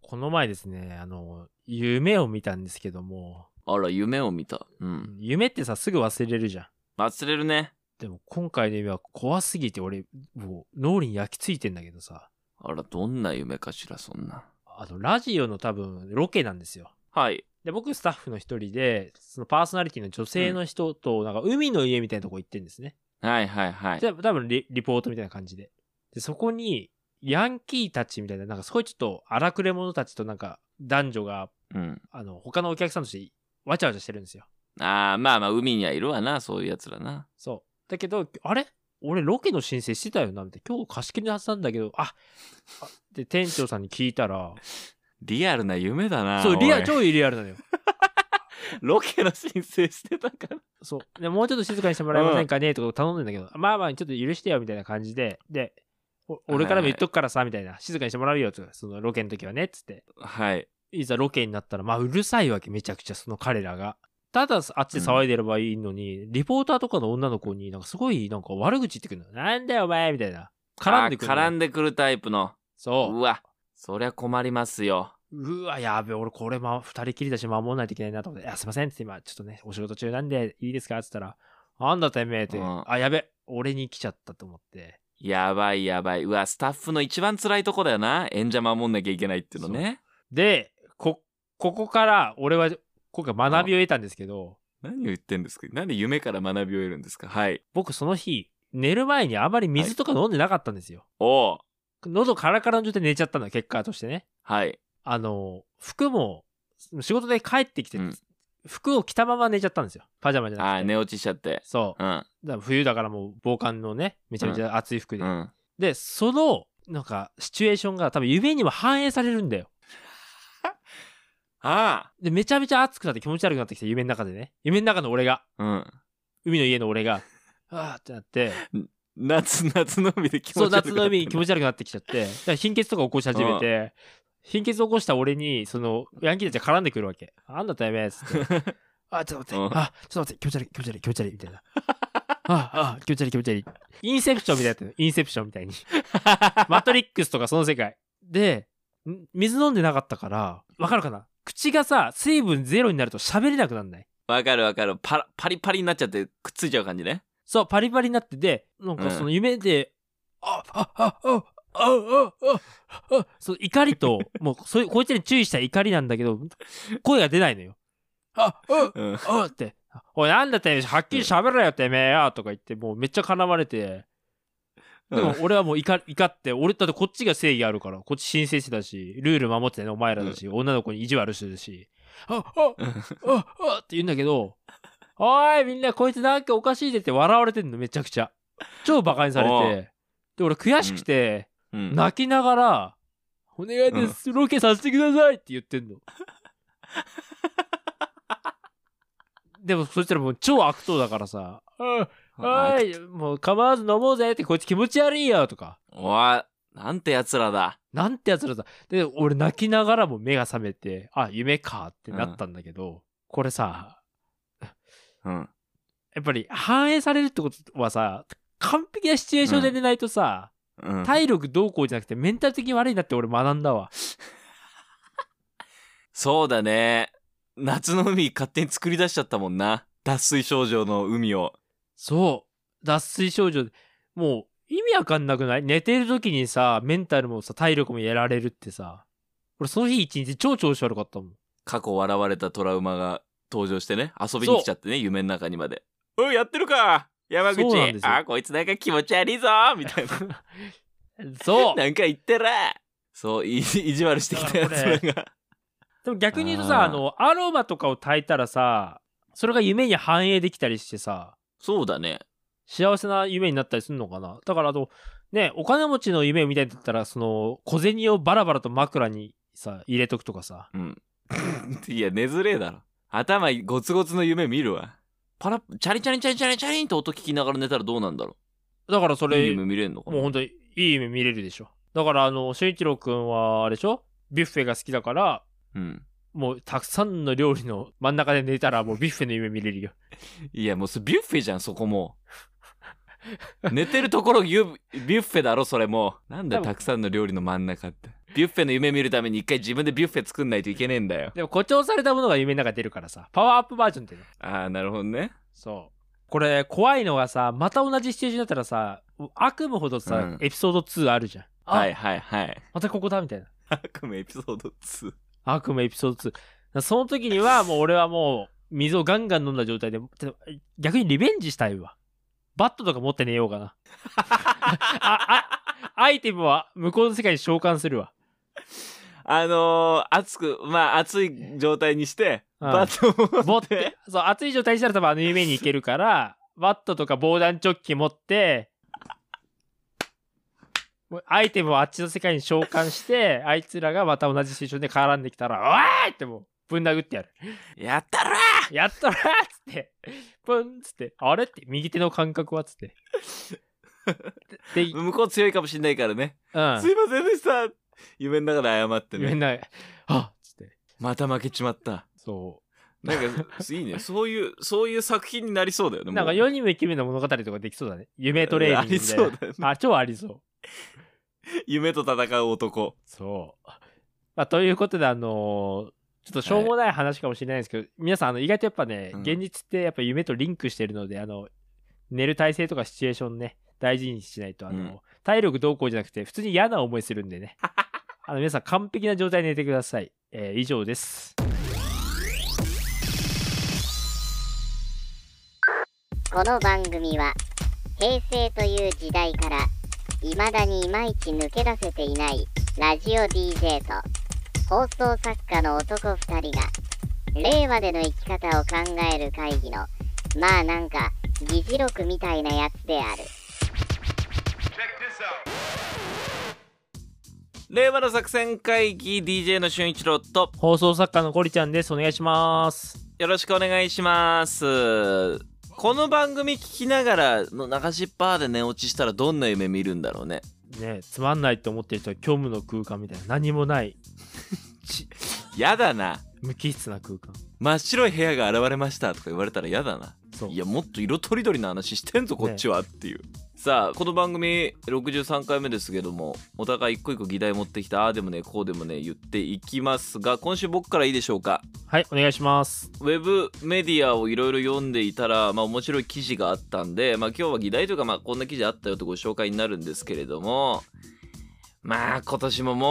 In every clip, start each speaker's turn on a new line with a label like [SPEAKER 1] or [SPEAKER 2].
[SPEAKER 1] この前ですね、あの、夢を見たんですけども、
[SPEAKER 2] あら、夢を見た。うん。
[SPEAKER 1] 夢ってさ、すぐ忘れるじゃん。
[SPEAKER 2] 忘れるね。
[SPEAKER 1] でも今回の夢は怖すぎて俺、もう脳裏に焼き付いてんだけどさ、
[SPEAKER 2] あら、どんな夢かしら、そんな。
[SPEAKER 1] あの、ラジオの多分、ロケなんですよ。
[SPEAKER 2] はい。
[SPEAKER 1] で、僕スタッフの一人で、そのパーソナリティの女性の人と、なんか海の家みたいなとこ行ってんですね。
[SPEAKER 2] はいはいはい。
[SPEAKER 1] で、多分リリポートみたいな感じで。で、そこに、ヤンキーたちみたいな、なんかすごいちょっと荒くれ者たちとなんか男女が、
[SPEAKER 2] うん。
[SPEAKER 1] あの、他のお客さんとしてわちゃわちゃしてるんですよ。
[SPEAKER 2] ああ、まあまあ、海にはいるわな、そういうやつらな。
[SPEAKER 1] そう。だけど、あれ俺ロケの申請してたよなみたいな。今日貸し切りのはずなんだけど、ああで、店長さんに聞いたら、
[SPEAKER 2] リアルな夢だな。
[SPEAKER 1] そう、リア
[SPEAKER 2] お
[SPEAKER 1] ル、
[SPEAKER 2] い
[SPEAKER 1] 超リアルなのよ。
[SPEAKER 2] ロケの申請してたから。
[SPEAKER 1] そう。でもうちょっと静かにしてもらえませんかねとか頼んでんだけど、まあまあ、ちょっと許してよ、みたいな感じで、で、お俺からも言っとくからさ、みたいな、静かにしてもらうよ、とか、そのロケの時はね、っつって。
[SPEAKER 2] はい。
[SPEAKER 1] いざロケになったら、まあ、うるさいわけ、めちゃくちゃ、その彼らが。ただ、あっちで騒いでればいいのに、リポーターとかの女の子に、なんかすごい、なんか悪口言ってくるの。なんだよ、お前みたいな。絡んでくる
[SPEAKER 2] あ
[SPEAKER 1] の。
[SPEAKER 2] ー絡んでくるタイプの。う
[SPEAKER 1] そ
[SPEAKER 2] わ、そりゃ困りますよ。
[SPEAKER 1] う。うわ、やべえ、俺これ、ま、二人きりだし守んないといけないなと思って、いや、すいませんって今、ちょっとね、お仕事中なんで、いいですかって言ったら、なんだてめえって、
[SPEAKER 2] うん
[SPEAKER 1] あ、やべえ、俺に来ちゃったと思って。
[SPEAKER 2] やばいやばい。うわ、スタッフの一番辛いとこだよな。演者守んなきゃいけないっていうのね。
[SPEAKER 1] で、こ、ここから、俺は、今回学びを得たんですけど、
[SPEAKER 2] 何を言ってんですかなんで夢から学びを得るんですかはい。
[SPEAKER 1] 僕その日、寝る前にあまり水とか飲んでなかったんですよ。
[SPEAKER 2] おう
[SPEAKER 1] 喉カラカラの状態で寝ちゃったの、結果としてね。
[SPEAKER 2] はい。
[SPEAKER 1] あの、服も、仕事で帰ってきて、
[SPEAKER 2] うん
[SPEAKER 1] 服を着たまま寝ちゃったんですよ。パジャマじゃ
[SPEAKER 2] あ
[SPEAKER 1] なく
[SPEAKER 2] ー
[SPEAKER 1] て。
[SPEAKER 2] 寝落ちしちゃって。
[SPEAKER 1] そう。
[SPEAKER 2] うん。
[SPEAKER 1] だから冬だからもう防寒のね、めちゃめちゃ暑い服で。
[SPEAKER 2] うん。
[SPEAKER 1] で、その、なんか、シチュエーションが多分夢にも反映されるんだよ。
[SPEAKER 2] あ
[SPEAKER 1] で、めちゃめちゃ暑くなって気持ち悪くなってきて、夢の中でね。夢の中の俺が、
[SPEAKER 2] あうん。
[SPEAKER 1] 海の家の俺が、 あーってな って、
[SPEAKER 2] 夏、夏の海で気持ち
[SPEAKER 1] そ
[SPEAKER 2] 悪
[SPEAKER 1] う、
[SPEAKER 2] かった
[SPEAKER 1] 夏の海気持ち悪くなってきちゃって、だから貧血とか起こし始めて、貧血起こした俺に、その、ヤンキーたちが絡んでくるわけ。あんだったらやめえっつって。あ、ちょっと待って、
[SPEAKER 2] うん
[SPEAKER 1] あ、ちょっと待って、気持ち悪い、気持ち悪い、気持ち悪い、みたいな。あ、あ、気持ち悪い、気持ち悪い。インセプションみたいなやつ、インセプションみ たいに。マトリックスとかその世界。で、ん水飲んでなかったから、わかるかな口がさ、水分ゼロになると喋れなくなんない
[SPEAKER 2] わかるわかる。パラパリパリになっちゃってくっついちゃう感じね。
[SPEAKER 1] そう、パリパリになってて、なんかその夢で、あ、あ、あ、あ、あ、あ、あ、あ、そう、怒りと、もう、そういう、こいつらに注意したい怒りなんだけど、声が出ないのよ。あ、あ、
[SPEAKER 2] うん。
[SPEAKER 1] あって、おい、なんだってめえ、はっきり喋れよ、てめえよ、とか言って、もうめっちゃ絡まれて、でも俺はもう怒怒って、俺だってこっちが正義あるから、こっち申請してたし、ルール守ってたのお前らだし、女の子に意地悪してるし、あ、あ、あ、あって言うんだけど、おい、みんなこいつなんかおかしいでって笑われてんの、めちゃくちゃ。超バカにされ
[SPEAKER 2] お
[SPEAKER 1] て。で、俺悔しくて、
[SPEAKER 2] うん。
[SPEAKER 1] 泣きながら、お願いです、ロケさせてくださいって言ってんの。 でも、そしたらもう超悪党だからさ、おい、もう構わず飲もうぜって、こいつ気持ち悪いよとか。
[SPEAKER 2] おい、なんてやつらだ。
[SPEAKER 1] なんてやつらだ。で、俺泣きながらも目が覚めて、あ、夢かってなったんだけど、これさ、
[SPEAKER 2] うん。
[SPEAKER 1] やっぱり反映されるってことはさ、完璧なシチュエーションで寝ないとさ、
[SPEAKER 2] うん、
[SPEAKER 1] 体力どうこうじゃなくてメンタル的に悪いなって俺学んだわ。
[SPEAKER 2] そうだね。夏の海勝手に作り出しちゃったもんな。脱水症状の海を。
[SPEAKER 1] そう。脱水症状。もう意味わかんなくない寝てる時にさ、メンタルもさ、体力もやられるってさ。俺その日一日超調子悪かったもん。
[SPEAKER 2] 過去笑われたトラウマが登場してね。遊びに来ちゃってね、夢の中にまで。おい、やってるか山口
[SPEAKER 1] そうなんですよ
[SPEAKER 2] あ、こいつなんか気持ち悪いぞみたいな。
[SPEAKER 1] そう。
[SPEAKER 2] なんか言ってらそう、い 意地悪してきたやつらが。
[SPEAKER 1] でも逆に言うとさ、あ
[SPEAKER 2] あー
[SPEAKER 1] の、アロマとかを炊いたらさ、それが夢に反映できたりしてさ、
[SPEAKER 2] そうだね。
[SPEAKER 1] 幸せな夢になったりするのかなだからあとねお金持ちの夢みたいだったらその小銭をバラバラと枕にさ入れとくとかさ
[SPEAKER 2] うん。いや、寝づれえだろ。頭ゴツゴツの夢見るわ。パラ、チャリチャリチャリチャリチャリンって音聞きながら寝たらどうなんだろ。
[SPEAKER 1] だからそう
[SPEAKER 2] いい
[SPEAKER 1] れ
[SPEAKER 2] 夢見れんのかな
[SPEAKER 1] もう本当にいい夢見れるでしょだからあの俊一郎くんはあれでしょビュッフェが好きだから
[SPEAKER 2] うん。
[SPEAKER 1] もうたくさんの料理の真ん中で寝たらもうビュッフェの夢見れるよ
[SPEAKER 2] いや、もうそれビュッフェじゃん、そこもう。寝てるところビュビュッフェだろ、それもう。なんだよ
[SPEAKER 1] 多分
[SPEAKER 2] たくさんの料理の真ん中って。ビュッフェの夢見るために一回自分でビュッフェ作んないといけねえんだよ。
[SPEAKER 1] でも誇張されたものが夢の中に出るからさ、パワーアップバージョンっていうの。
[SPEAKER 2] ああ、なるほどね。
[SPEAKER 1] そう。これ怖いのがさ、また同じシチュエーションだったらさ、悪夢ほどさ、
[SPEAKER 2] うん
[SPEAKER 1] エピソード2あるじゃん。あ、
[SPEAKER 2] はいはいはい。
[SPEAKER 1] またここだみたいな。
[SPEAKER 2] 悪夢エピソード2。
[SPEAKER 1] 悪夢エピソード2だからその時にはもう俺はもう水をガンガン飲んだ状態でてか逆にリベンジしたいわバットとか持って寝よう かなああアイテムは向こうの世界に召喚するわ
[SPEAKER 2] あのー、熱く、まあ熱い状態にして、
[SPEAKER 1] うん
[SPEAKER 2] バットを
[SPEAKER 1] 持
[SPEAKER 2] 持
[SPEAKER 1] っ
[SPEAKER 2] ってて、
[SPEAKER 1] そう熱い状態にしたら多分あの夢に行けるからバットとか防弾チョッキ持ってもうアイテムをあっちの世界に召喚してあいつらがまた同じシチュエーションで絡んできたら「おい!」ってもうぶん殴ってやる
[SPEAKER 2] やったら
[SPEAKER 1] やったらーっつって、プンっつって、あれって、右手の感覚はっつって。で、で
[SPEAKER 2] 向こう強いかもしんないからね。
[SPEAKER 1] う
[SPEAKER 2] す
[SPEAKER 1] ん。
[SPEAKER 2] いませんでした夢の中で謝って
[SPEAKER 1] みん
[SPEAKER 2] ね。
[SPEAKER 1] な、あっつって。
[SPEAKER 2] また負けちまった。
[SPEAKER 1] そ
[SPEAKER 2] なんか、いいね。そういう、そういう作品になりそうだよね。
[SPEAKER 1] う。
[SPEAKER 2] もう
[SPEAKER 1] なんか世にも奇妙な物語とかできそうだね。夢トレーニング
[SPEAKER 2] あり
[SPEAKER 1] みたい
[SPEAKER 2] そ
[SPEAKER 1] な。
[SPEAKER 2] うだよね。
[SPEAKER 1] あ、超ありそう。
[SPEAKER 2] 夢と戦う男。
[SPEAKER 1] そう。まあ、ということで、あのーちょっとしょうもない話かもしれないですけど、皆さん、あの、意外とやっぱね、
[SPEAKER 2] うん
[SPEAKER 1] 現実ってやっぱ夢とリンクしてるので、あの、寝る体勢とかシチュエーションね、大事にしないと、あの、
[SPEAKER 2] うん
[SPEAKER 1] 体力どうこうじゃなくて、普通に嫌な思いするんで ね。あの、皆さん、完璧な状態で寝てください。えー以上です。
[SPEAKER 3] この番組は平成という時代から未だにいまいち抜け出せていないラジオ DJ と放送作家の男2人が令和での生き方を考える会議のまあなんか議事録みたいなやつである。
[SPEAKER 2] 令和の作戦会議 DJ の俊一郎と、
[SPEAKER 1] 放送作家のコリちゃんです。お願いします。
[SPEAKER 2] よろしくお願いします。この番組聞きながらの流しっぱで寝落ちしたらどんな夢見るんだろうね。
[SPEAKER 1] ね、つまんないと思ってる人は虚無の空間みたいな、何もない、
[SPEAKER 2] やだな。
[SPEAKER 1] 無機質な空間。
[SPEAKER 2] 真っ白い部屋が現れましたとか言われたらやだな。
[SPEAKER 1] そう。
[SPEAKER 2] いやもっと色とりどりな話してんぞこっちはっていう、さあこの番組63回目ですけどもお互い一個一個議題持ってきたああでもねこうでもね言っていきますが今週僕からいいでしょうか
[SPEAKER 1] はい、お願いします。
[SPEAKER 2] ウェブメディアをいろいろ読んでいたら、まあ、面白い記事があったんで、まあ、今日は議題というか、まあ、こんな記事あったよとご紹介になるんですけれどもまあ今年ももう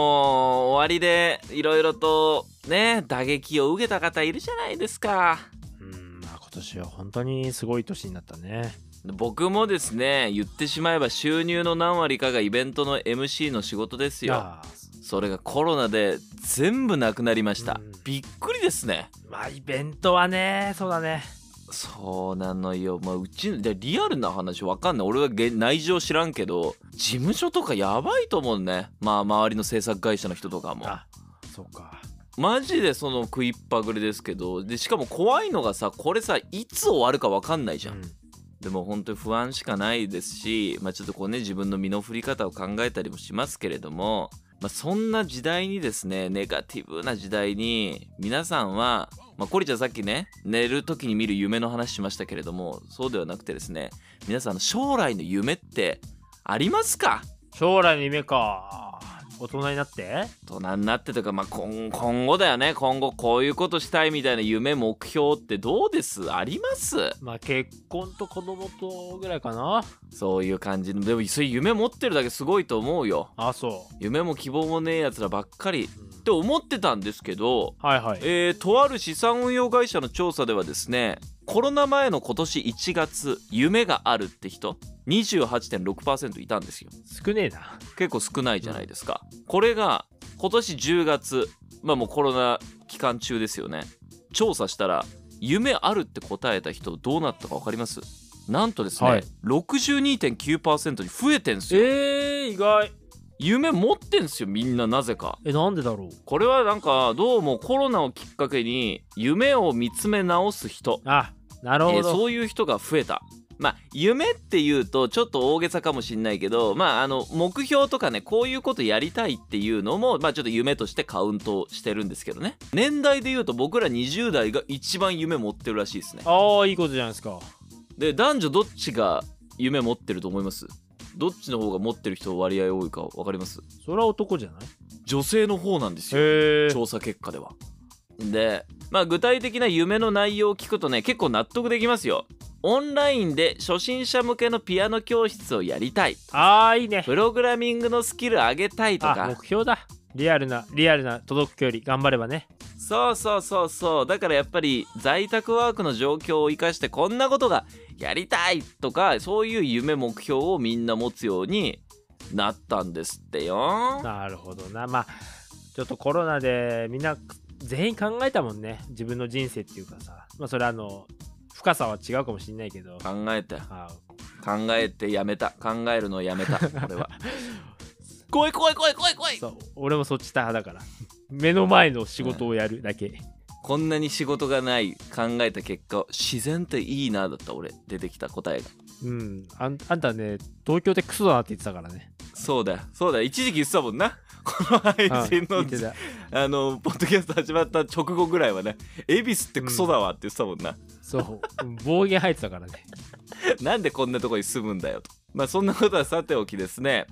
[SPEAKER 2] 終わりでいろいろとね打撃を受けた方いるじゃないですか。
[SPEAKER 1] うん、まあ今年は本当にすごい年になったね。
[SPEAKER 2] 僕もですね言ってしまえば収入の何割かがイベントの MC の仕事ですよ
[SPEAKER 1] ああ
[SPEAKER 2] それがコロナで全部なくなりました
[SPEAKER 1] うん
[SPEAKER 2] びっくりですね
[SPEAKER 1] まあイベントはね、そうだね。
[SPEAKER 2] そうなのよまあうちでリアルな話わかんない俺は現内情知らんけど事務所とかやばいと思うねまあ周りの制作会社の人とかも
[SPEAKER 1] あ、そうか。
[SPEAKER 2] マジでその食いっぱぐれですけどでしかも怖いのがさこれさいつ終わるかわかんないじゃんでも本当に不安しかないですし、まあ、ちょっとこうね自分の身の振り方を考えたりもしますけれども、まあ、そんな時代にですねネガティブな時代に皆さんは、まあ、コリちゃんさっきね寝る時に見る夢の話しましたけれどもそうではなくてですね皆さんの将来の夢ってありますか
[SPEAKER 1] 将来の夢か。大人になって
[SPEAKER 2] 大人になってとか、まあ、今今後だよね今後こういうことしたいみたいな夢目標ってどうですあります
[SPEAKER 1] まあ結婚と子供とぐらいかな。
[SPEAKER 2] そういう感じのでもそういう夢持ってるだけすごいと思うよ
[SPEAKER 1] あ、そ
[SPEAKER 2] 夢も希望もねえやつらばっかりっ
[SPEAKER 1] う。うん
[SPEAKER 2] て思ってたんですけど、
[SPEAKER 1] はいはい。
[SPEAKER 2] えーとある資産運用会社の調査ではですねコロナ前の今年1月夢があるって人28.6%いたんですよ
[SPEAKER 1] 少ねえな。
[SPEAKER 2] 結構少ないじゃないですか、これが今年10月まあもうコロナ期間中ですよね調査したら夢あるって答えた人どうなったか分かりますなんとですね、
[SPEAKER 1] はい
[SPEAKER 2] 62.9%に増えてんすよ
[SPEAKER 1] えー、意外。
[SPEAKER 2] 夢持ってんすよみんななぜか
[SPEAKER 1] え、なんでだろう
[SPEAKER 2] これはなんかどうもコロナをきっかけに夢を見つめ直す人、
[SPEAKER 1] あ、なる
[SPEAKER 2] え
[SPEAKER 1] ほ
[SPEAKER 2] ー
[SPEAKER 1] ど。
[SPEAKER 2] そういう人が増えた。まあ夢っていうとちょっと大げさかもしんないけどまああの目標とかねこういうことやりたいっていうのもまあちょっと夢としてカウントしてるんですけどね年代でいうと僕ら20代が一番夢持ってるらしいですね
[SPEAKER 1] ああ、いいことじゃないですか。
[SPEAKER 2] で男女どっちが夢持ってると思いますどっちの方が持ってる人割合多いか分かります
[SPEAKER 1] それは男じゃない
[SPEAKER 2] 女性の方なんですよ
[SPEAKER 1] へえ
[SPEAKER 2] 調査結果では。で、まあ、具体的な夢の内容を聞くとね結構納得できますよ。オンラインで初心者向けのピアノ教室をやりたい
[SPEAKER 1] あーいいね
[SPEAKER 2] プログラミングのスキル上げたいと
[SPEAKER 1] あ
[SPEAKER 2] か
[SPEAKER 1] 目標だリアルなリアルな届く距離頑張ればね
[SPEAKER 2] そうそうそうそうだからやっぱり在宅ワークの状況を生かしてこんなことがやりたいとかそういう夢目標をみんな持つようになったんですって よ。
[SPEAKER 1] なるほどなまあちょっとコロナでみんな全員考えたもんね自分の人生っていうかさまあそれあの深さは違うかもしれないけど
[SPEAKER 2] 考えたよ
[SPEAKER 1] あ
[SPEAKER 2] 考えてやめた考えるのをやめた 俺は。来い来い来い来い来い
[SPEAKER 1] そう俺もそっち大派だから目の前の仕事をやるだけ、
[SPEAKER 2] こんなに仕事がない考えた結果自然っていいなだった俺出てきた答えが
[SPEAKER 1] うん、あんあんたね東京でクソだなって言ってたからね
[SPEAKER 2] そうだよそうだよ一時期言ってたもんな この配信の
[SPEAKER 1] うん言ってた
[SPEAKER 2] あのポッドキャスト始まった直後ぐらいはね「恵比寿ってクソだわ」って言ってたもんな、
[SPEAKER 1] そううん暴言入ってたからね
[SPEAKER 2] なんでこんなとこに住むんだよとまあそんなことはさておきですね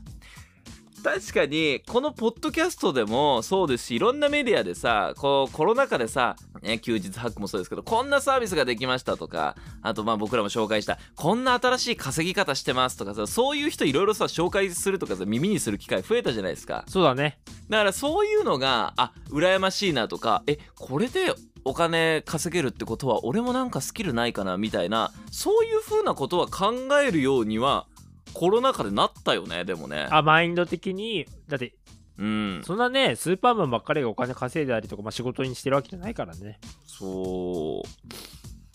[SPEAKER 2] 確かにこのポッドキャストでもそうですしいろんなメディアでさこうコロナ禍でさ、ね、休日ハックもそうですけどこんなサービスができましたとかあとまあ僕らも紹介したこんな新しい稼ぎ方してますとかさそういう人いろいろさ紹介するとかさ耳にする機会増えたじゃないですか
[SPEAKER 1] そうだね
[SPEAKER 2] だからそういうのがあ羨ましいなとかえこれでお金稼げるってことは俺もなんかスキルないかなみたいなそういう風なことは考えるようにはコロナ禍でなったよねでもね
[SPEAKER 1] あマインド的にだって
[SPEAKER 2] うん
[SPEAKER 1] そんなねスーパーマンばっかりがお金稼いだりとか、まあ、仕事にしてるわけじゃないからね
[SPEAKER 2] そ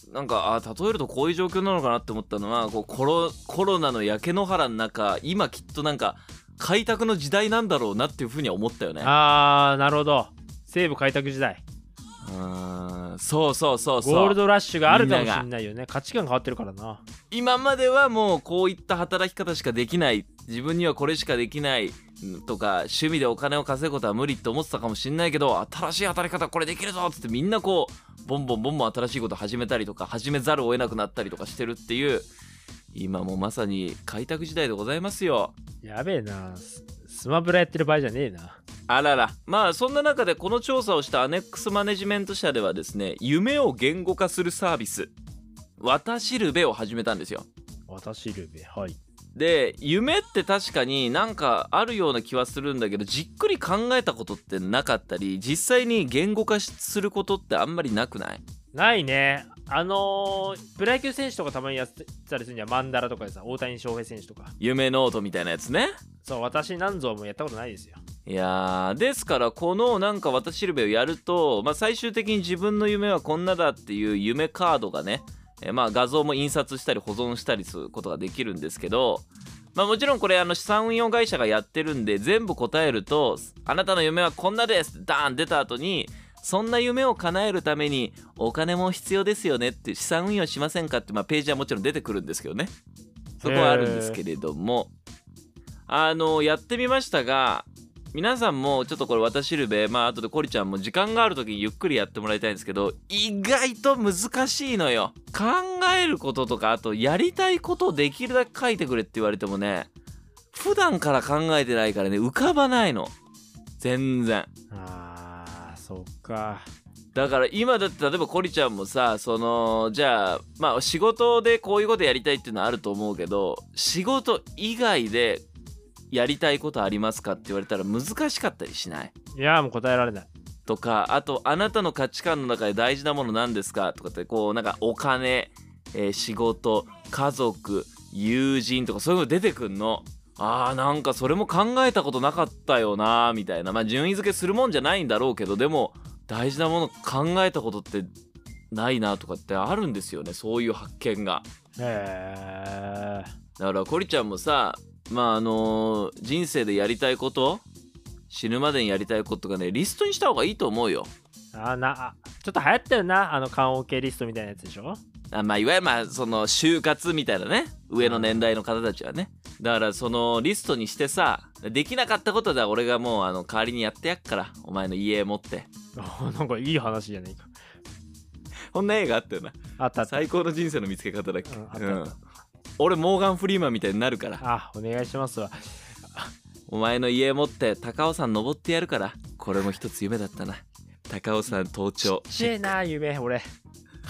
[SPEAKER 2] うなんかあ例えるとこういう状況なのかなって思ったのはこうコロコロナの焼け野原の中今きっとなんか開拓の時代なんだろうなっていう風には思ったよね
[SPEAKER 1] あーなるほど西部開拓時代
[SPEAKER 2] うんそうそうそうそう
[SPEAKER 1] ゴールドラッシュがあるかも
[SPEAKER 2] みんなが
[SPEAKER 1] しんないよね価値観変わってるからな
[SPEAKER 2] 今まではもうこういった働き方しかできない自分にはこれしかできないうんとか趣味でお金を稼ぐことは無理って思ってたかもしんないけど新しい働き方これできるぞっつってみんなこうボンボンボンボン新しいこと始めたりとか始めざるを得なくなったりとかしてるっていう今もうまさに開拓時代でございますよ
[SPEAKER 1] やべえなススマブラやってる場合じゃねえな
[SPEAKER 2] あららまあそんな中でこの調査をしたアネックスマネジメント社ではですね夢を言語化するサービス「私るべ」を始めたんですよ
[SPEAKER 1] 私ルベはい
[SPEAKER 2] で夢って確かになんかあるような気はするんだけどじっくり考えたことってなかったり実際に言語化しすることってあんまりなくない
[SPEAKER 1] ないねあのープロ野球選手とかたまにやってたりするにはマンダラとかでさ大谷翔平選手とか
[SPEAKER 2] 夢ノートみたいなやつね
[SPEAKER 1] そう私なんぞもやったことないですよ
[SPEAKER 2] いやーですからこのなんか私るべをやると、まあ、最終的に自分の夢はこんなだっていう夢カードがね、えーまあ画像も印刷したり保存したりすることができるんですけど、まあ、もちろんこれあの資産運用会社がやってるんで全部答えると「あなたの夢はこんなです」ってダーン出た後にそんな夢を叶えるためにお金も必要ですよねって資産運用しませんかって、まあ、ページはもちろん出てくるんですけどねそこはあるんですけれども、あのやってみましたが皆さんもちょっとこれ私るべまあ後でコリちゃんも時間がある時にゆっくりやってもらいたいんですけど意外と難しいのよ考えることとかあとやりたいことをできるだけ書いてくれって言われてもね普段から考えてないからね浮かばないの全然
[SPEAKER 1] あーそっか
[SPEAKER 2] だから今だって例えばコリちゃんもさそのじゃあまあ仕事でこういうことやりたいっていうのはあると思うけど仕事以外でやりたいことありますかって言われたら難しかったりしない
[SPEAKER 1] いやーもう答えられない
[SPEAKER 2] とかあとあなたの価値観の中で大事なもの何ですかとかってこうなんかお金、えー仕事家族友人とかそういうの出てくんのあーなんかそれも考えたことなかったよなみたいなまあ順位付けするもんじゃないんだろうけどでも大事なもの考えたことってないなとかってあるんですよねそういう発見が。
[SPEAKER 1] へえ
[SPEAKER 2] だからコリちゃんもさまああのー人生でやりたいこと死ぬまでにやりたいことがねリストにした方がいいと思うよ。
[SPEAKER 1] あーなあちょっと流行ったよなあの棺桶リストみたいなやつでしょ
[SPEAKER 2] あまあいわゆるまあその就活みたいなね上の年代の方たちはねだからそのリストにしてさできなかったことだ俺がもうあの代わりにやってやっからお前の家持って
[SPEAKER 1] あーなんかいい話じゃねえか
[SPEAKER 2] こんな映画あったよな
[SPEAKER 1] あったあった
[SPEAKER 2] 最高の人生の見つけ方だっけ、
[SPEAKER 1] うんあった
[SPEAKER 2] う
[SPEAKER 1] あ
[SPEAKER 2] ん
[SPEAKER 1] っ
[SPEAKER 2] 俺モーガン・フリーマンみたいになるから
[SPEAKER 1] あ、お願いしますわ。
[SPEAKER 2] お前の家持って高尾山登ってやるからこれも一つ夢だったな高尾山登頂
[SPEAKER 1] ちっちゃいな、夢、俺。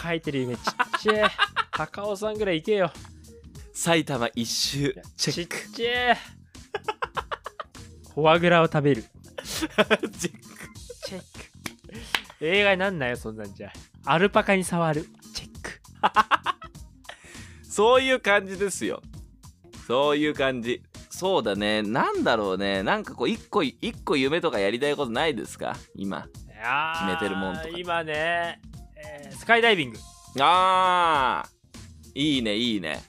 [SPEAKER 1] 書いてる夢、ちっち ゃい。高尾さんぐらい行けよ。
[SPEAKER 2] 埼玉一周チ
[SPEAKER 1] ち
[SPEAKER 2] ェ
[SPEAKER 1] っ
[SPEAKER 2] ック
[SPEAKER 1] ちゃい。フォアグラを食べる。
[SPEAKER 2] チェック
[SPEAKER 1] チェック。映画になんないよ、そんなんじゃ。アルパカに触る。チェック。
[SPEAKER 2] そういう感じですよそういう感じそうだねなんだろうねなんかこう一個一個夢とかやりたいことないですか今
[SPEAKER 1] いやー
[SPEAKER 2] 決めてるもんとか
[SPEAKER 1] 今ね、えースカイダイビング
[SPEAKER 2] あーいいねいいね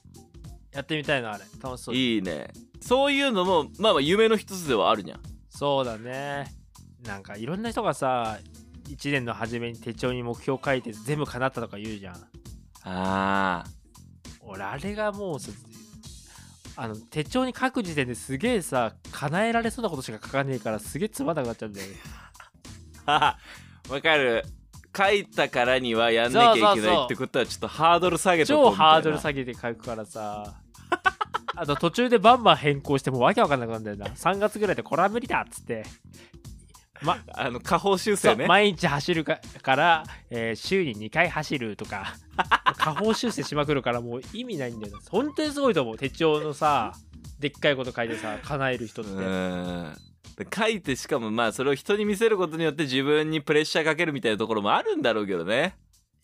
[SPEAKER 1] やってみたいな、あれ。楽しそう。
[SPEAKER 2] いいねそういうのもまあまあ夢の一つではあるにゃん
[SPEAKER 1] そうだね。なんかいろんな人がさ、1年の初めに手帳に目標書いて全部叶ったとか言うじゃん。
[SPEAKER 2] あー
[SPEAKER 1] 俺、あれがもうさ、あの手帳に書く時点ですげえさ、叶えられそうなことしか書かねえからすげえつまんなくなっちゃうんだよ ね。
[SPEAKER 2] ははわかる書いたからにはやんなきゃいけ
[SPEAKER 1] そうそう
[SPEAKER 2] な
[SPEAKER 1] そう
[SPEAKER 2] いってことはちょっとハードル下げとこ
[SPEAKER 1] 超
[SPEAKER 2] うみたいな
[SPEAKER 1] ハードル下げて書くからさ。 あと途中でバンバン変更してもうわけわかんなくなるんだよな。3月ぐらいでこれは無理だっつって。ま、
[SPEAKER 2] あの下方修
[SPEAKER 1] そ
[SPEAKER 2] 正
[SPEAKER 1] う
[SPEAKER 2] ね
[SPEAKER 1] 毎日走るかから、えー週に2回走るとか 下方修正しまくるからもう意味ないんだよな本当にすごいと思う手帳のさでっかいこと書いてさ叶える人っ
[SPEAKER 2] う
[SPEAKER 1] て、
[SPEAKER 2] ーん書いてしかもまあそれを人に見せることによって自分にプレッシャーかけるみたいなところもあるんだろうけどね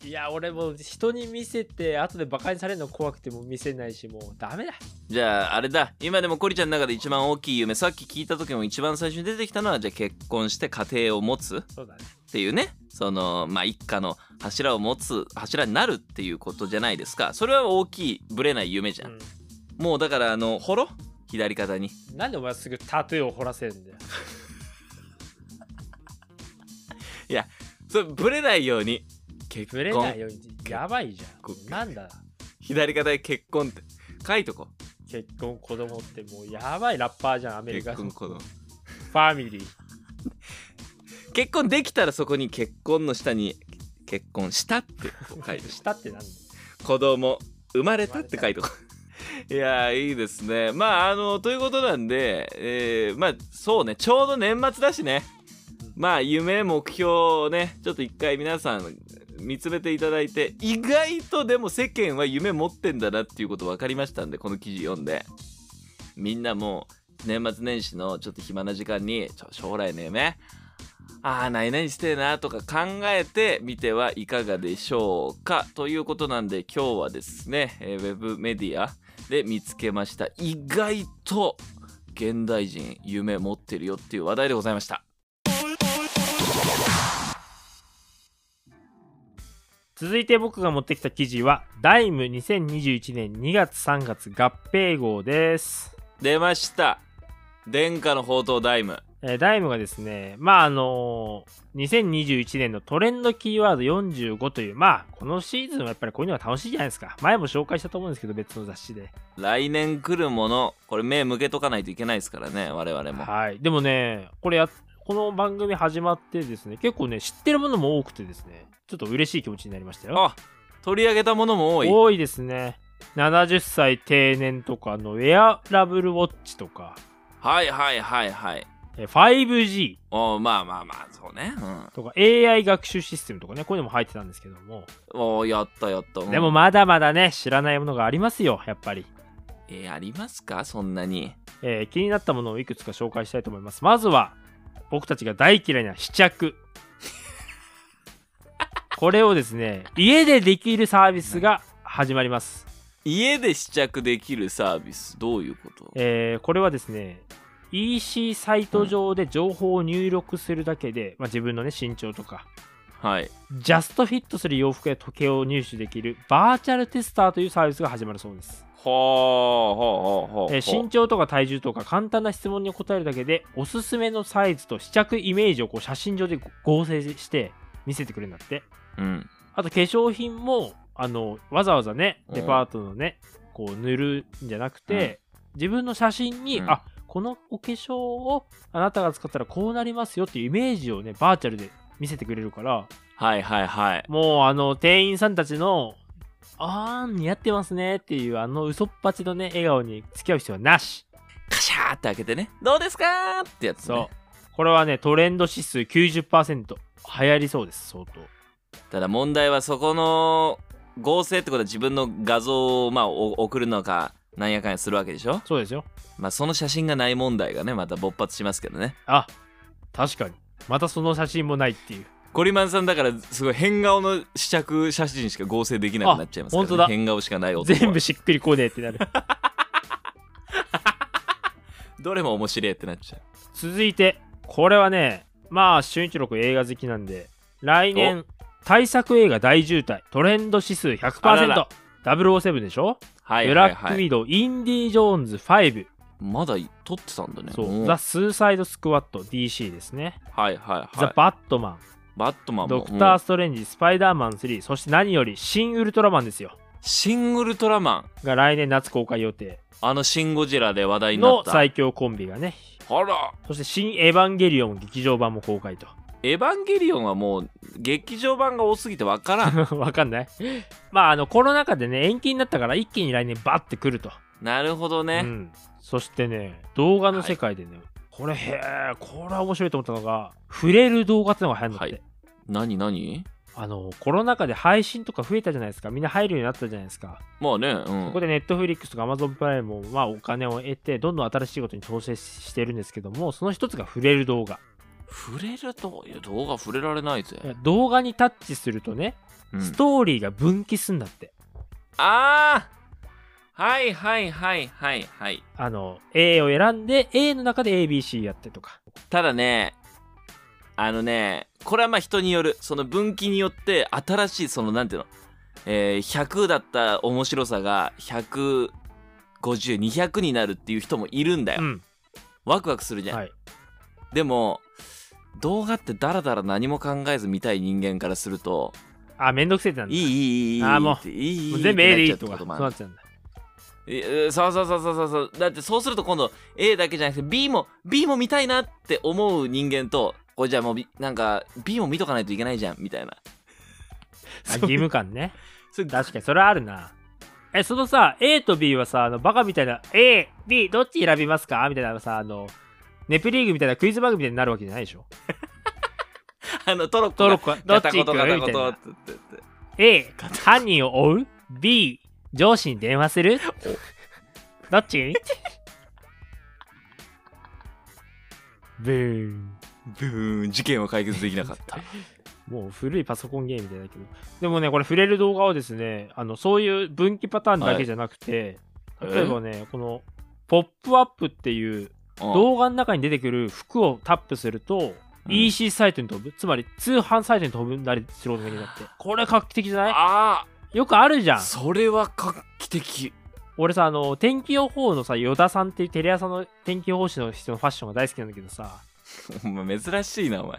[SPEAKER 1] いや俺もう人に見せて後でバカにされるの怖くてもう見せないしもうダメだ
[SPEAKER 2] じゃああれだ今でもコリちゃんの中で一番大きい夢さっき聞いた時も一番最初に出てきたのはじゃあ結婚して家庭を持つ
[SPEAKER 1] そうだね
[SPEAKER 2] っていうねそのまあ一家の柱を持つ柱になるっていうことじゃないですかそれは大きいブレない夢じゃん、
[SPEAKER 1] う
[SPEAKER 2] もうだからあのほろ左肩に
[SPEAKER 1] んなんでお前すぐタトゥーを彫らせるんだよ
[SPEAKER 2] それブレないように結
[SPEAKER 1] ぶれない
[SPEAKER 2] 婚
[SPEAKER 1] ようにやばいじ
[SPEAKER 2] こ
[SPEAKER 1] ゃんなんだ
[SPEAKER 2] 左肩に結婚って書いとこう
[SPEAKER 1] 結婚子供ってもうやばいラッパーじゃんアメリ
[SPEAKER 2] 結
[SPEAKER 1] カ
[SPEAKER 2] 婚
[SPEAKER 1] のフ
[SPEAKER 2] 子供
[SPEAKER 1] ァミリー
[SPEAKER 2] 結婚できたらそこに結婚の下に結婚したってこう書いて
[SPEAKER 1] したってなんだよ
[SPEAKER 2] 子供生まれたって書いておくいやーいいですねまああのということなんで、えーまあそうねちょうど年末だしねまあ夢目標をねちょっと一回皆さん見つめていただいて意外とでも世間は夢持ってんだなっていうこと分かりましたんでこの記事読んでみんなもう年末年始のちょっと暇な時間にちょ将来の夢ああ、何々してえなとか考えてみてはいかがでしょうかということなんで今日はですね、えーウェブメディアで見つけました意外と現代人夢持ってるよっていう話題でございました。
[SPEAKER 1] 続いて僕が持ってきた記事は、ダイム2021年2月3月合併号です。
[SPEAKER 2] 出ました殿下の宝刀ダイム。
[SPEAKER 1] えーダイムがですね、まああのー2021年のトレンドキーワード45という、まあこのシーズンはやっぱりこういうのが楽しいじゃないですか。前も紹介したと思うんですけど、別の雑誌で。
[SPEAKER 2] 来年来るもの、これ目向けとかないといけないですからね、我々も。
[SPEAKER 1] はい。でもね、これや、この番組始まってですね、結構ね、知ってるものも多くてですね、ちょっと嬉しい気持ちになりましたよ。
[SPEAKER 2] あ取り上げたものも多い。
[SPEAKER 1] 多いですね。70歳定年とかのウェアラブルウォッチとか、
[SPEAKER 2] はいはいはいはい。
[SPEAKER 1] えー 5G
[SPEAKER 2] おーまあまあまあ、そうね。うん
[SPEAKER 1] とか AI 学習システムとかねこういうのも入ってたんですけども、。
[SPEAKER 2] おーやったやった。うん
[SPEAKER 1] でもまだまだね知らないものがありますよやっぱり、
[SPEAKER 2] えーありますかそんなに
[SPEAKER 1] えー気になったものをいくつか紹介したいと思いますまずは僕たちが大嫌いな試着これをですね家でできるサービスが始まります、
[SPEAKER 2] 家で試着できるサービスどういうこと
[SPEAKER 1] えーこれはですね EC サイト上で情報を入力するだけで、まあ、自分のね身長とか
[SPEAKER 2] はい
[SPEAKER 1] ジャストフィットする洋服や時計を入手できるバーチャルテスターというサービスが始まるそうです
[SPEAKER 2] はあはあはあはあ
[SPEAKER 1] えー身長とか体重とか簡単な質問に答えるだけでおすすめのサイズと試着イメージをこう写真上で合成して見せてくれるんだって
[SPEAKER 2] うん
[SPEAKER 1] あと化粧品もあのわざわざね
[SPEAKER 2] うん
[SPEAKER 1] デパートのねこう塗るんじゃなくて、自分の写真に、
[SPEAKER 2] うん
[SPEAKER 1] あこのお化粧をあなたが使ったらこうなりますよっていうイメージをねバーチャルで見せてくれるから
[SPEAKER 2] はいはいはい
[SPEAKER 1] もうあの店員さんたちのあー、似合ってますねっていう、あの嘘っぱちのね、笑顔に付き合う必要はなし。
[SPEAKER 2] カシャーって開けてねどうですかーってやつ、ね、
[SPEAKER 1] そう。これはね、トレンド指数90%。流行りそうです、相当。
[SPEAKER 2] ただ問題はそこの合成ってことは自分の画像をまあお送るのかなんやかんやするわけでしょ
[SPEAKER 1] そうですよ。
[SPEAKER 2] まあその写真がない問題がねまた勃発しますけどね
[SPEAKER 1] あ、確かに。またその写真もないっていう。
[SPEAKER 2] ゴリマンさんだからすごい変顔の試着写真しか合成できなくなっちゃいますから、
[SPEAKER 1] あ本
[SPEAKER 2] ね、
[SPEAKER 1] 当だ
[SPEAKER 2] 変顔しかない男は
[SPEAKER 1] 全部しっくりこねえってな る。
[SPEAKER 2] どれも面白いってなっちゃう
[SPEAKER 1] 続いて、これはね、まあ、俊一郎君映画好きなんで、来年、大作映画大渋滞、トレンド指数
[SPEAKER 2] あら
[SPEAKER 1] 100%
[SPEAKER 2] ら、
[SPEAKER 1] 007でしょ
[SPEAKER 2] はい
[SPEAKER 1] ブ
[SPEAKER 2] はい
[SPEAKER 1] ラック
[SPEAKER 2] は
[SPEAKER 1] ウ
[SPEAKER 2] い
[SPEAKER 1] ィドウ、インディ・ジョーンズ5、
[SPEAKER 2] まだ撮ってたんだね
[SPEAKER 1] そ
[SPEAKER 2] ん
[SPEAKER 1] うザ・スーサイド・スクワット、DC ですね、
[SPEAKER 2] はいはい
[SPEAKER 1] ザ・
[SPEAKER 2] は
[SPEAKER 1] バットマ
[SPEAKER 2] いバットマン
[SPEAKER 1] ン、
[SPEAKER 2] も
[SPEAKER 1] ドクタ
[SPEAKER 2] う
[SPEAKER 1] ー・
[SPEAKER 2] ん
[SPEAKER 1] ストレンジ、スパイダーマン3、そして何より、シン・ウルトラマンですよ、
[SPEAKER 2] シングルトラマン
[SPEAKER 1] が来年夏公開予定
[SPEAKER 2] あのシンゴジラで話題になっ
[SPEAKER 1] の
[SPEAKER 2] た
[SPEAKER 1] 最強コンビがね、
[SPEAKER 2] あら
[SPEAKER 1] そして、新エヴァンゲリオン劇場版も公開と。
[SPEAKER 2] エヴァンゲリオンはもう劇場版が多すぎて わからん
[SPEAKER 1] わかんないまあ、あの、コロナ禍でね、延期になったから、一気に来年バッてくると。
[SPEAKER 2] なるほど
[SPEAKER 1] う
[SPEAKER 2] ね、
[SPEAKER 1] ん、そしてね動画の世界でね、これへえこれは面白いと思ったのが触れる動画ってのが流行るんだって、
[SPEAKER 2] はい何何
[SPEAKER 1] あのコロナ禍で配信とか増えたじゃないですかみんな入るようになったじゃないですか、
[SPEAKER 2] まあねう
[SPEAKER 1] ここ
[SPEAKER 2] ん
[SPEAKER 1] でネットフリックスとかアマゾンプライムも、まあ、お金を得てどんどん新しいことに調整してるんですけどもその一つが触れる動画
[SPEAKER 2] 触れるといや動画触れられないぜ、
[SPEAKER 1] 動画にタッチするとね、
[SPEAKER 2] うん
[SPEAKER 1] ストーリーが分岐すんだって
[SPEAKER 2] ああはいはいはいはいはい
[SPEAKER 1] あの A を選んで A の中で ABC やってとか
[SPEAKER 2] ただねあのねこれはまあ人によるその分岐によって新しいそのなんていうの、えー100だった面白さが150200になるっていう人もいるんだよ、
[SPEAKER 1] うん
[SPEAKER 2] ワクワクするじゃん、
[SPEAKER 1] はい
[SPEAKER 2] でも動画ってダラダラ何も考えず見たい人間からすると
[SPEAKER 1] あめんどくせえってなん
[SPEAKER 2] い
[SPEAKER 1] だ
[SPEAKER 2] いいいいいいい
[SPEAKER 1] あーもう
[SPEAKER 2] っていいいいい
[SPEAKER 1] もう
[SPEAKER 2] い
[SPEAKER 1] 全部 A でいい
[SPEAKER 2] って
[SPEAKER 1] と
[SPEAKER 2] な
[SPEAKER 1] かそうな
[SPEAKER 2] っちゃうってこともある
[SPEAKER 1] っちゃうんだ
[SPEAKER 2] ええそうそうそうそうそうそうだってそうすると今度 A だけじゃなくて B も B も見たいなって思う人間とこれじゃあもう B なんか B も見とかないといけないじゃんみたいな
[SPEAKER 1] あ義務感ね
[SPEAKER 2] それ
[SPEAKER 1] 確かにそれはあるなえそのさ A と B はさあのバカみたいな AB どっち選びますかみたいなさあのネプリーグみたいなクイズ番組みたいになるわけじゃないでしょ
[SPEAKER 2] あのトロッコ
[SPEAKER 1] トロッ
[SPEAKER 2] が
[SPEAKER 1] コどっち行くみた
[SPEAKER 2] 片言
[SPEAKER 1] いな
[SPEAKER 2] 片言って言って
[SPEAKER 1] A 犯人を追う B 上司に電話す るどっちブーン
[SPEAKER 2] ブーン事件は解決できなかった
[SPEAKER 1] もう古いパソコンゲームみたいだけどでもねこれ触れる動画をですねあのそういう分岐パターンだけじゃなくて、
[SPEAKER 2] は い
[SPEAKER 1] 例えばねこの「ポップアップっていう
[SPEAKER 2] ど
[SPEAKER 1] 動画の中に出てくる服をタップすると、
[SPEAKER 2] うん
[SPEAKER 1] EC サイトに飛ぶつまり通販サイトに飛ぶんだりすることができるんだってこれ画期的じゃな
[SPEAKER 2] あ
[SPEAKER 1] いよくあるじゃ
[SPEAKER 2] あ
[SPEAKER 1] ん
[SPEAKER 2] それは画期的
[SPEAKER 1] 俺さあの天気予報のさ依田さんっていうテレ朝の天気予報士の人のファッションが大好きなんだけどさ
[SPEAKER 2] お前珍しいなお前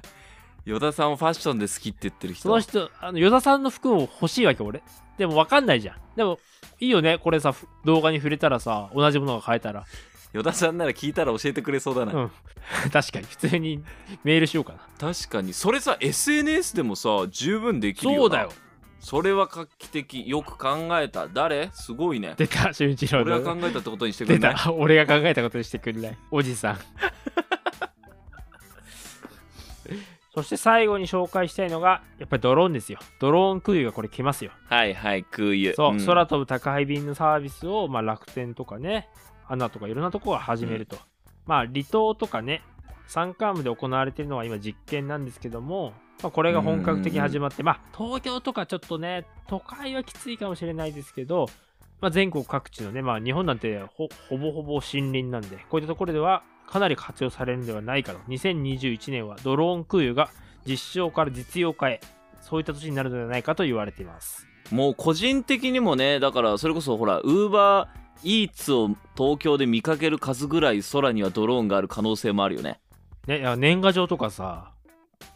[SPEAKER 2] 依田さんをファッションで好きって言ってる人
[SPEAKER 1] その人あの依田さんの服を欲しいわけ俺でも分かんないじゃんでもいいよねこれさふ動画に触れたらさ同じものが買えたら
[SPEAKER 2] 依田さんなら聞いたら教えてくれそうだな、
[SPEAKER 1] うん確かに普通にメールしようかな
[SPEAKER 2] 確かにそれさ SNS でもさ十分できるよな
[SPEAKER 1] そうだよ
[SPEAKER 2] それは画期的よく考えた誰すごいね
[SPEAKER 1] 出た俊一郎
[SPEAKER 2] 俺
[SPEAKER 1] の
[SPEAKER 2] が考えたってことにしてくれ
[SPEAKER 1] 出
[SPEAKER 2] ない
[SPEAKER 1] た 俺が考えたことにしてくんないおじさん そして最後に紹介したいのがやっぱりドローンですよドローン空輸がこれ来ますよ
[SPEAKER 2] はいはい空輸
[SPEAKER 1] そう、
[SPEAKER 2] ん
[SPEAKER 1] 空飛ぶ宅配便のサービスを、まあ、楽天とかねアナとかいろんなとこが始めると、まあ離島とかね山間部で行われてるのは今実験なんですけども、まあ、これが本格的に始まって、まあ東京とかちょっとね都会はきついかもしれないですけど、まあ、全国各地のね、まあ、日本なんてほほぼほぼ森林なんでこういったところではかなり活用されるんではないかと2021年はドローン空輸が実証から実用化へそういった年になるのではないかと言われています
[SPEAKER 2] もう個人的にもねだからそれこそほらウーバーイーツを東京で見かける数ぐらい空にはドローンがある可能性もあるよね
[SPEAKER 1] ね、いや年賀状とかさ、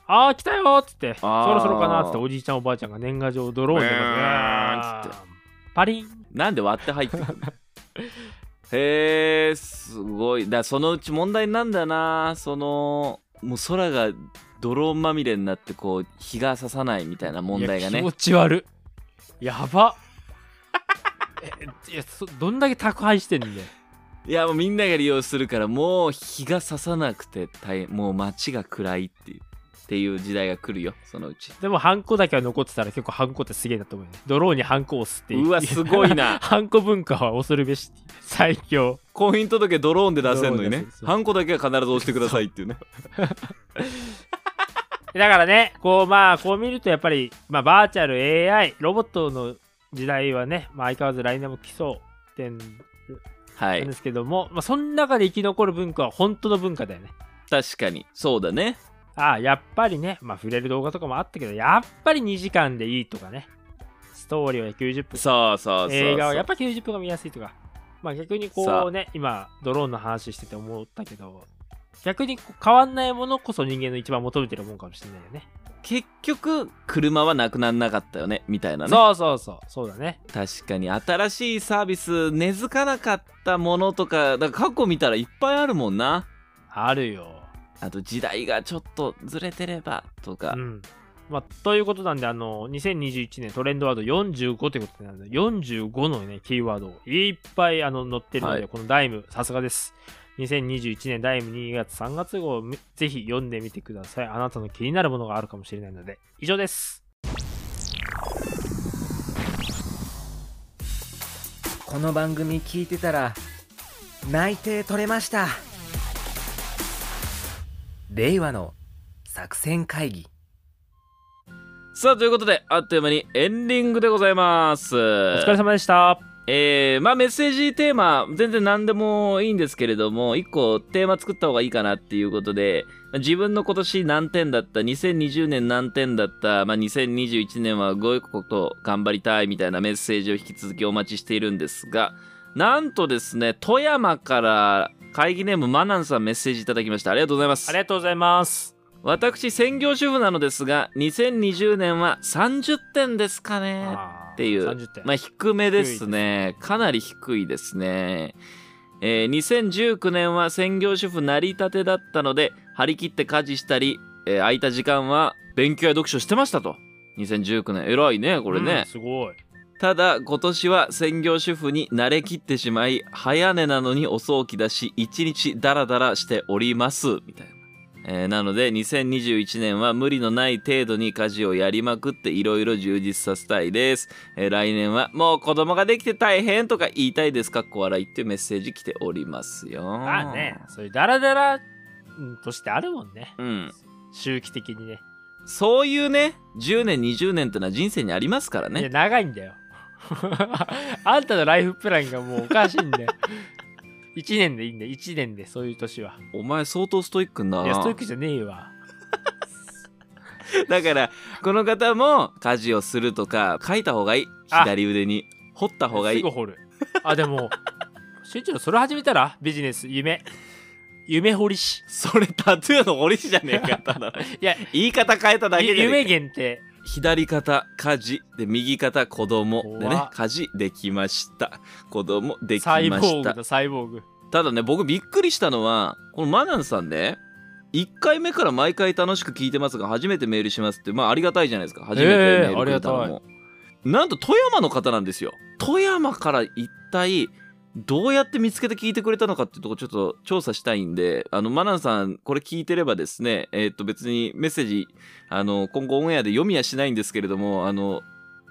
[SPEAKER 1] あー来たよーっつって、そ
[SPEAKER 2] あー
[SPEAKER 1] ろそろかなっつって、おじいちゃんおばあちゃんが年賀状をドローンで
[SPEAKER 2] バーンっつって
[SPEAKER 1] パリン
[SPEAKER 2] なんで割って入ってくるの へえすごいだそのうち問題なんだなそのもう空がドローンまみれになってこう日が差さないみたいな問題が
[SPEAKER 1] いや
[SPEAKER 2] ね
[SPEAKER 1] 気持ち悪っやば えいやそどんだけ宅配してんねん
[SPEAKER 2] いやもうみんなが利用するからもう日が差さなくて大もう街が暗いっていうっていう時代が来るよそのうち
[SPEAKER 1] でもハンコだけは残ってたら結構ハンコってすげえなと思うよねドローにハンコを押すっていう
[SPEAKER 2] うわすごいな
[SPEAKER 1] ハンコ文化は恐るべし最強
[SPEAKER 2] 婚姻届ドローンで出せんのに
[SPEAKER 1] ドローン
[SPEAKER 2] ね
[SPEAKER 1] で出せそう
[SPEAKER 2] ハンコだけは必ず押してくださいっていうね
[SPEAKER 1] だからねこうまあこう見るとやっぱり、まあ、バーチャル AI ロボットの時代はね、まあ、相変わらず来年も来そうってん
[SPEAKER 2] は
[SPEAKER 1] なん
[SPEAKER 2] い
[SPEAKER 1] ですけども、まあ、その中で生き残る文化は本当の文化だよね
[SPEAKER 2] 確かにそうだね
[SPEAKER 1] ああやっぱりね、まあ、触れる動画とかもあったけどやっぱり2時間でいいとかねストーリーは90分
[SPEAKER 2] そうそうそうそう
[SPEAKER 1] 映画はやっぱ90分が見やすいとか、まあ、逆にこうね今ドローンの話してて思ったけど逆にこう変わんないものこそ人間の一番求めてるもんかもしれないよね
[SPEAKER 2] 結局車はなくなんなかったよねみたいなね
[SPEAKER 1] そうそうそうそうだね
[SPEAKER 2] 確かに新しいサービス根付かなかったものとかだから過去見たらいっぱいあるもんな
[SPEAKER 1] あるよ
[SPEAKER 2] あと時代がちょっとずれてればとか、
[SPEAKER 1] うんまあ、ということなんであの2021年トレンドワード45ということなので45の、ね、キーワードをいっぱいあの載ってるので、
[SPEAKER 2] はい
[SPEAKER 1] このダイムさすがです2021年ダイム2月3月号をみぜひ読んでみてくださいあなたの気になるものがあるかもしれないので以上です
[SPEAKER 4] この番組聞いてたら内定取れました令和の作戦会議
[SPEAKER 2] さあということであっという間にエンディングでございますお
[SPEAKER 1] お疲れ様でした
[SPEAKER 2] えー、まあメッセージテーマ全然何でもいいんですけれども1個テーマ作った方がいいかなっていうことでまあ自分の今年何点だった2020年何点だった、まあ、2021年はどういうこと頑張りたいみたいなメッセージを引き続きお待ちしているんですがなんとですね富山から会議ネームマナンさんメッセージいただきましたありがとうございます
[SPEAKER 1] ありがとうございます
[SPEAKER 2] 私専業主婦なのですが2020年は30点ですかね
[SPEAKER 1] っ
[SPEAKER 2] っていう
[SPEAKER 1] 30点、
[SPEAKER 2] まあ低めですねかなり低いですね、えー2019年は専業主婦なりたてだったので張り切って家事したり、えー空いた時間は勉強や読書してましたと2019年偉いねこれ
[SPEAKER 1] うん
[SPEAKER 2] ね、
[SPEAKER 1] すごい
[SPEAKER 2] ただ今年は専業主婦に慣れきってしまい早寝なのに遅起きだし一日ダラダラしておりますみたいな。えーなので2021年は無理のない程度に家事をやりまくっていろいろ充実させたいです、えー来年はもう子供ができて大変とか言いたいですかっこ笑いっていうメッセージ来ておりますよ
[SPEAKER 1] まあねそういうダラダラうんとしてあるもんね
[SPEAKER 2] うん
[SPEAKER 1] 周期的にね
[SPEAKER 2] そういうね10年20年ってのは人生にありますから
[SPEAKER 1] いや
[SPEAKER 2] ね
[SPEAKER 1] 長いんだよ あんたのライフプランがもうおかしいんだ よ1年でいいんだよ1年でそういう年は
[SPEAKER 2] お前相当ストイックない
[SPEAKER 1] やストイックじゃねえわ
[SPEAKER 2] だからこの方も家事をするとか書いた方がいい
[SPEAKER 1] あ
[SPEAKER 2] 左腕に掘った方がい
[SPEAKER 1] す
[SPEAKER 2] い
[SPEAKER 1] ぐ掘るあでもしゅんいちろうそれ始めたらビジネス夢夢掘りし
[SPEAKER 2] それタトゥーの掘り師じゃねえかた だの
[SPEAKER 1] いや
[SPEAKER 2] 言い方変えただけじゃね
[SPEAKER 1] 夢
[SPEAKER 2] えか
[SPEAKER 1] 限定
[SPEAKER 2] 左肩家事で右肩子供で
[SPEAKER 1] 怖
[SPEAKER 2] ね
[SPEAKER 1] っ
[SPEAKER 2] 家事できました子供できま
[SPEAKER 1] サイボー
[SPEAKER 2] し
[SPEAKER 1] グ
[SPEAKER 2] た
[SPEAKER 1] だサイボーグ
[SPEAKER 2] ただね僕びっくりしたのはこのマナンさんね1回目から毎回楽しく聞いてますが初めてメールしますってまあありがたいじゃないですか初めてメールくれたの
[SPEAKER 1] あり
[SPEAKER 2] も、なんと富山の方なんですよ富山から一体どうやって見つけて聞いてくれたのかっていうとこちょっと調査したいんであのマナンさんこれ聞いてればですねえーっと別にメッセージあの今後オンエアで読みはしないんですけれどもあの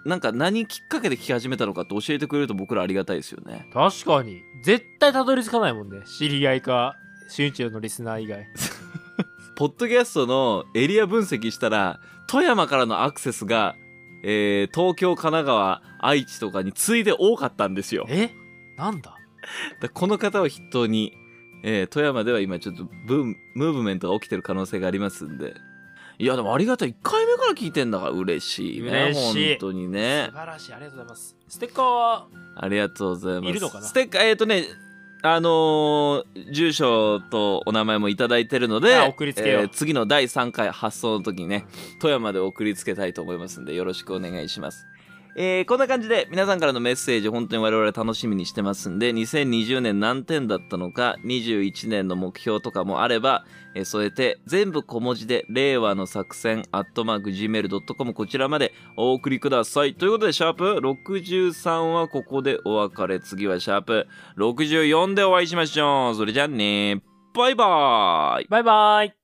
[SPEAKER 2] なんか何きっかけで聞き始めたのかって教えてくれると僕らありがたいですよね
[SPEAKER 1] 確かに絶対たどり着かないもんね知り合いかしゅんいちろうのリスナー以外
[SPEAKER 2] ポッドキャストのエリア分析したら富山からのアクセスが、えー東京神奈川愛知とかに次いで多かったんですよ
[SPEAKER 1] えなんだ
[SPEAKER 2] だこの方を筆頭に、えー富山では今ちょっとブームムーブメントが起きてる可能性がありますんでいやでもありがたい1回目から聞いてんだから嬉しいね
[SPEAKER 1] 嬉しい
[SPEAKER 2] 本当にね
[SPEAKER 1] 素晴らしいありがとうございますステッカーは
[SPEAKER 2] ありがとうございます。
[SPEAKER 1] いるのかな
[SPEAKER 2] ステッカー、えっ、とね、あのー住所とお名前もいただいてるので、
[SPEAKER 1] あ送りつけよう
[SPEAKER 2] 次の第3回発送の時にね、富山で送りつけたいと思いますんで、よろしくお願いします。えーこんな感じで皆さんからのメッセージ本当に我々楽しみにしてますんで2020年何点だったのか21年の目標とかもあれば、えー添えて全部小文字で令和の作戦アットマーク Gmail.com こちらまでお送りくださいということでシャープ63はここでお別れ次はシャープ64でお会いしましょうそれじゃあねバイバーイ
[SPEAKER 1] バイバイ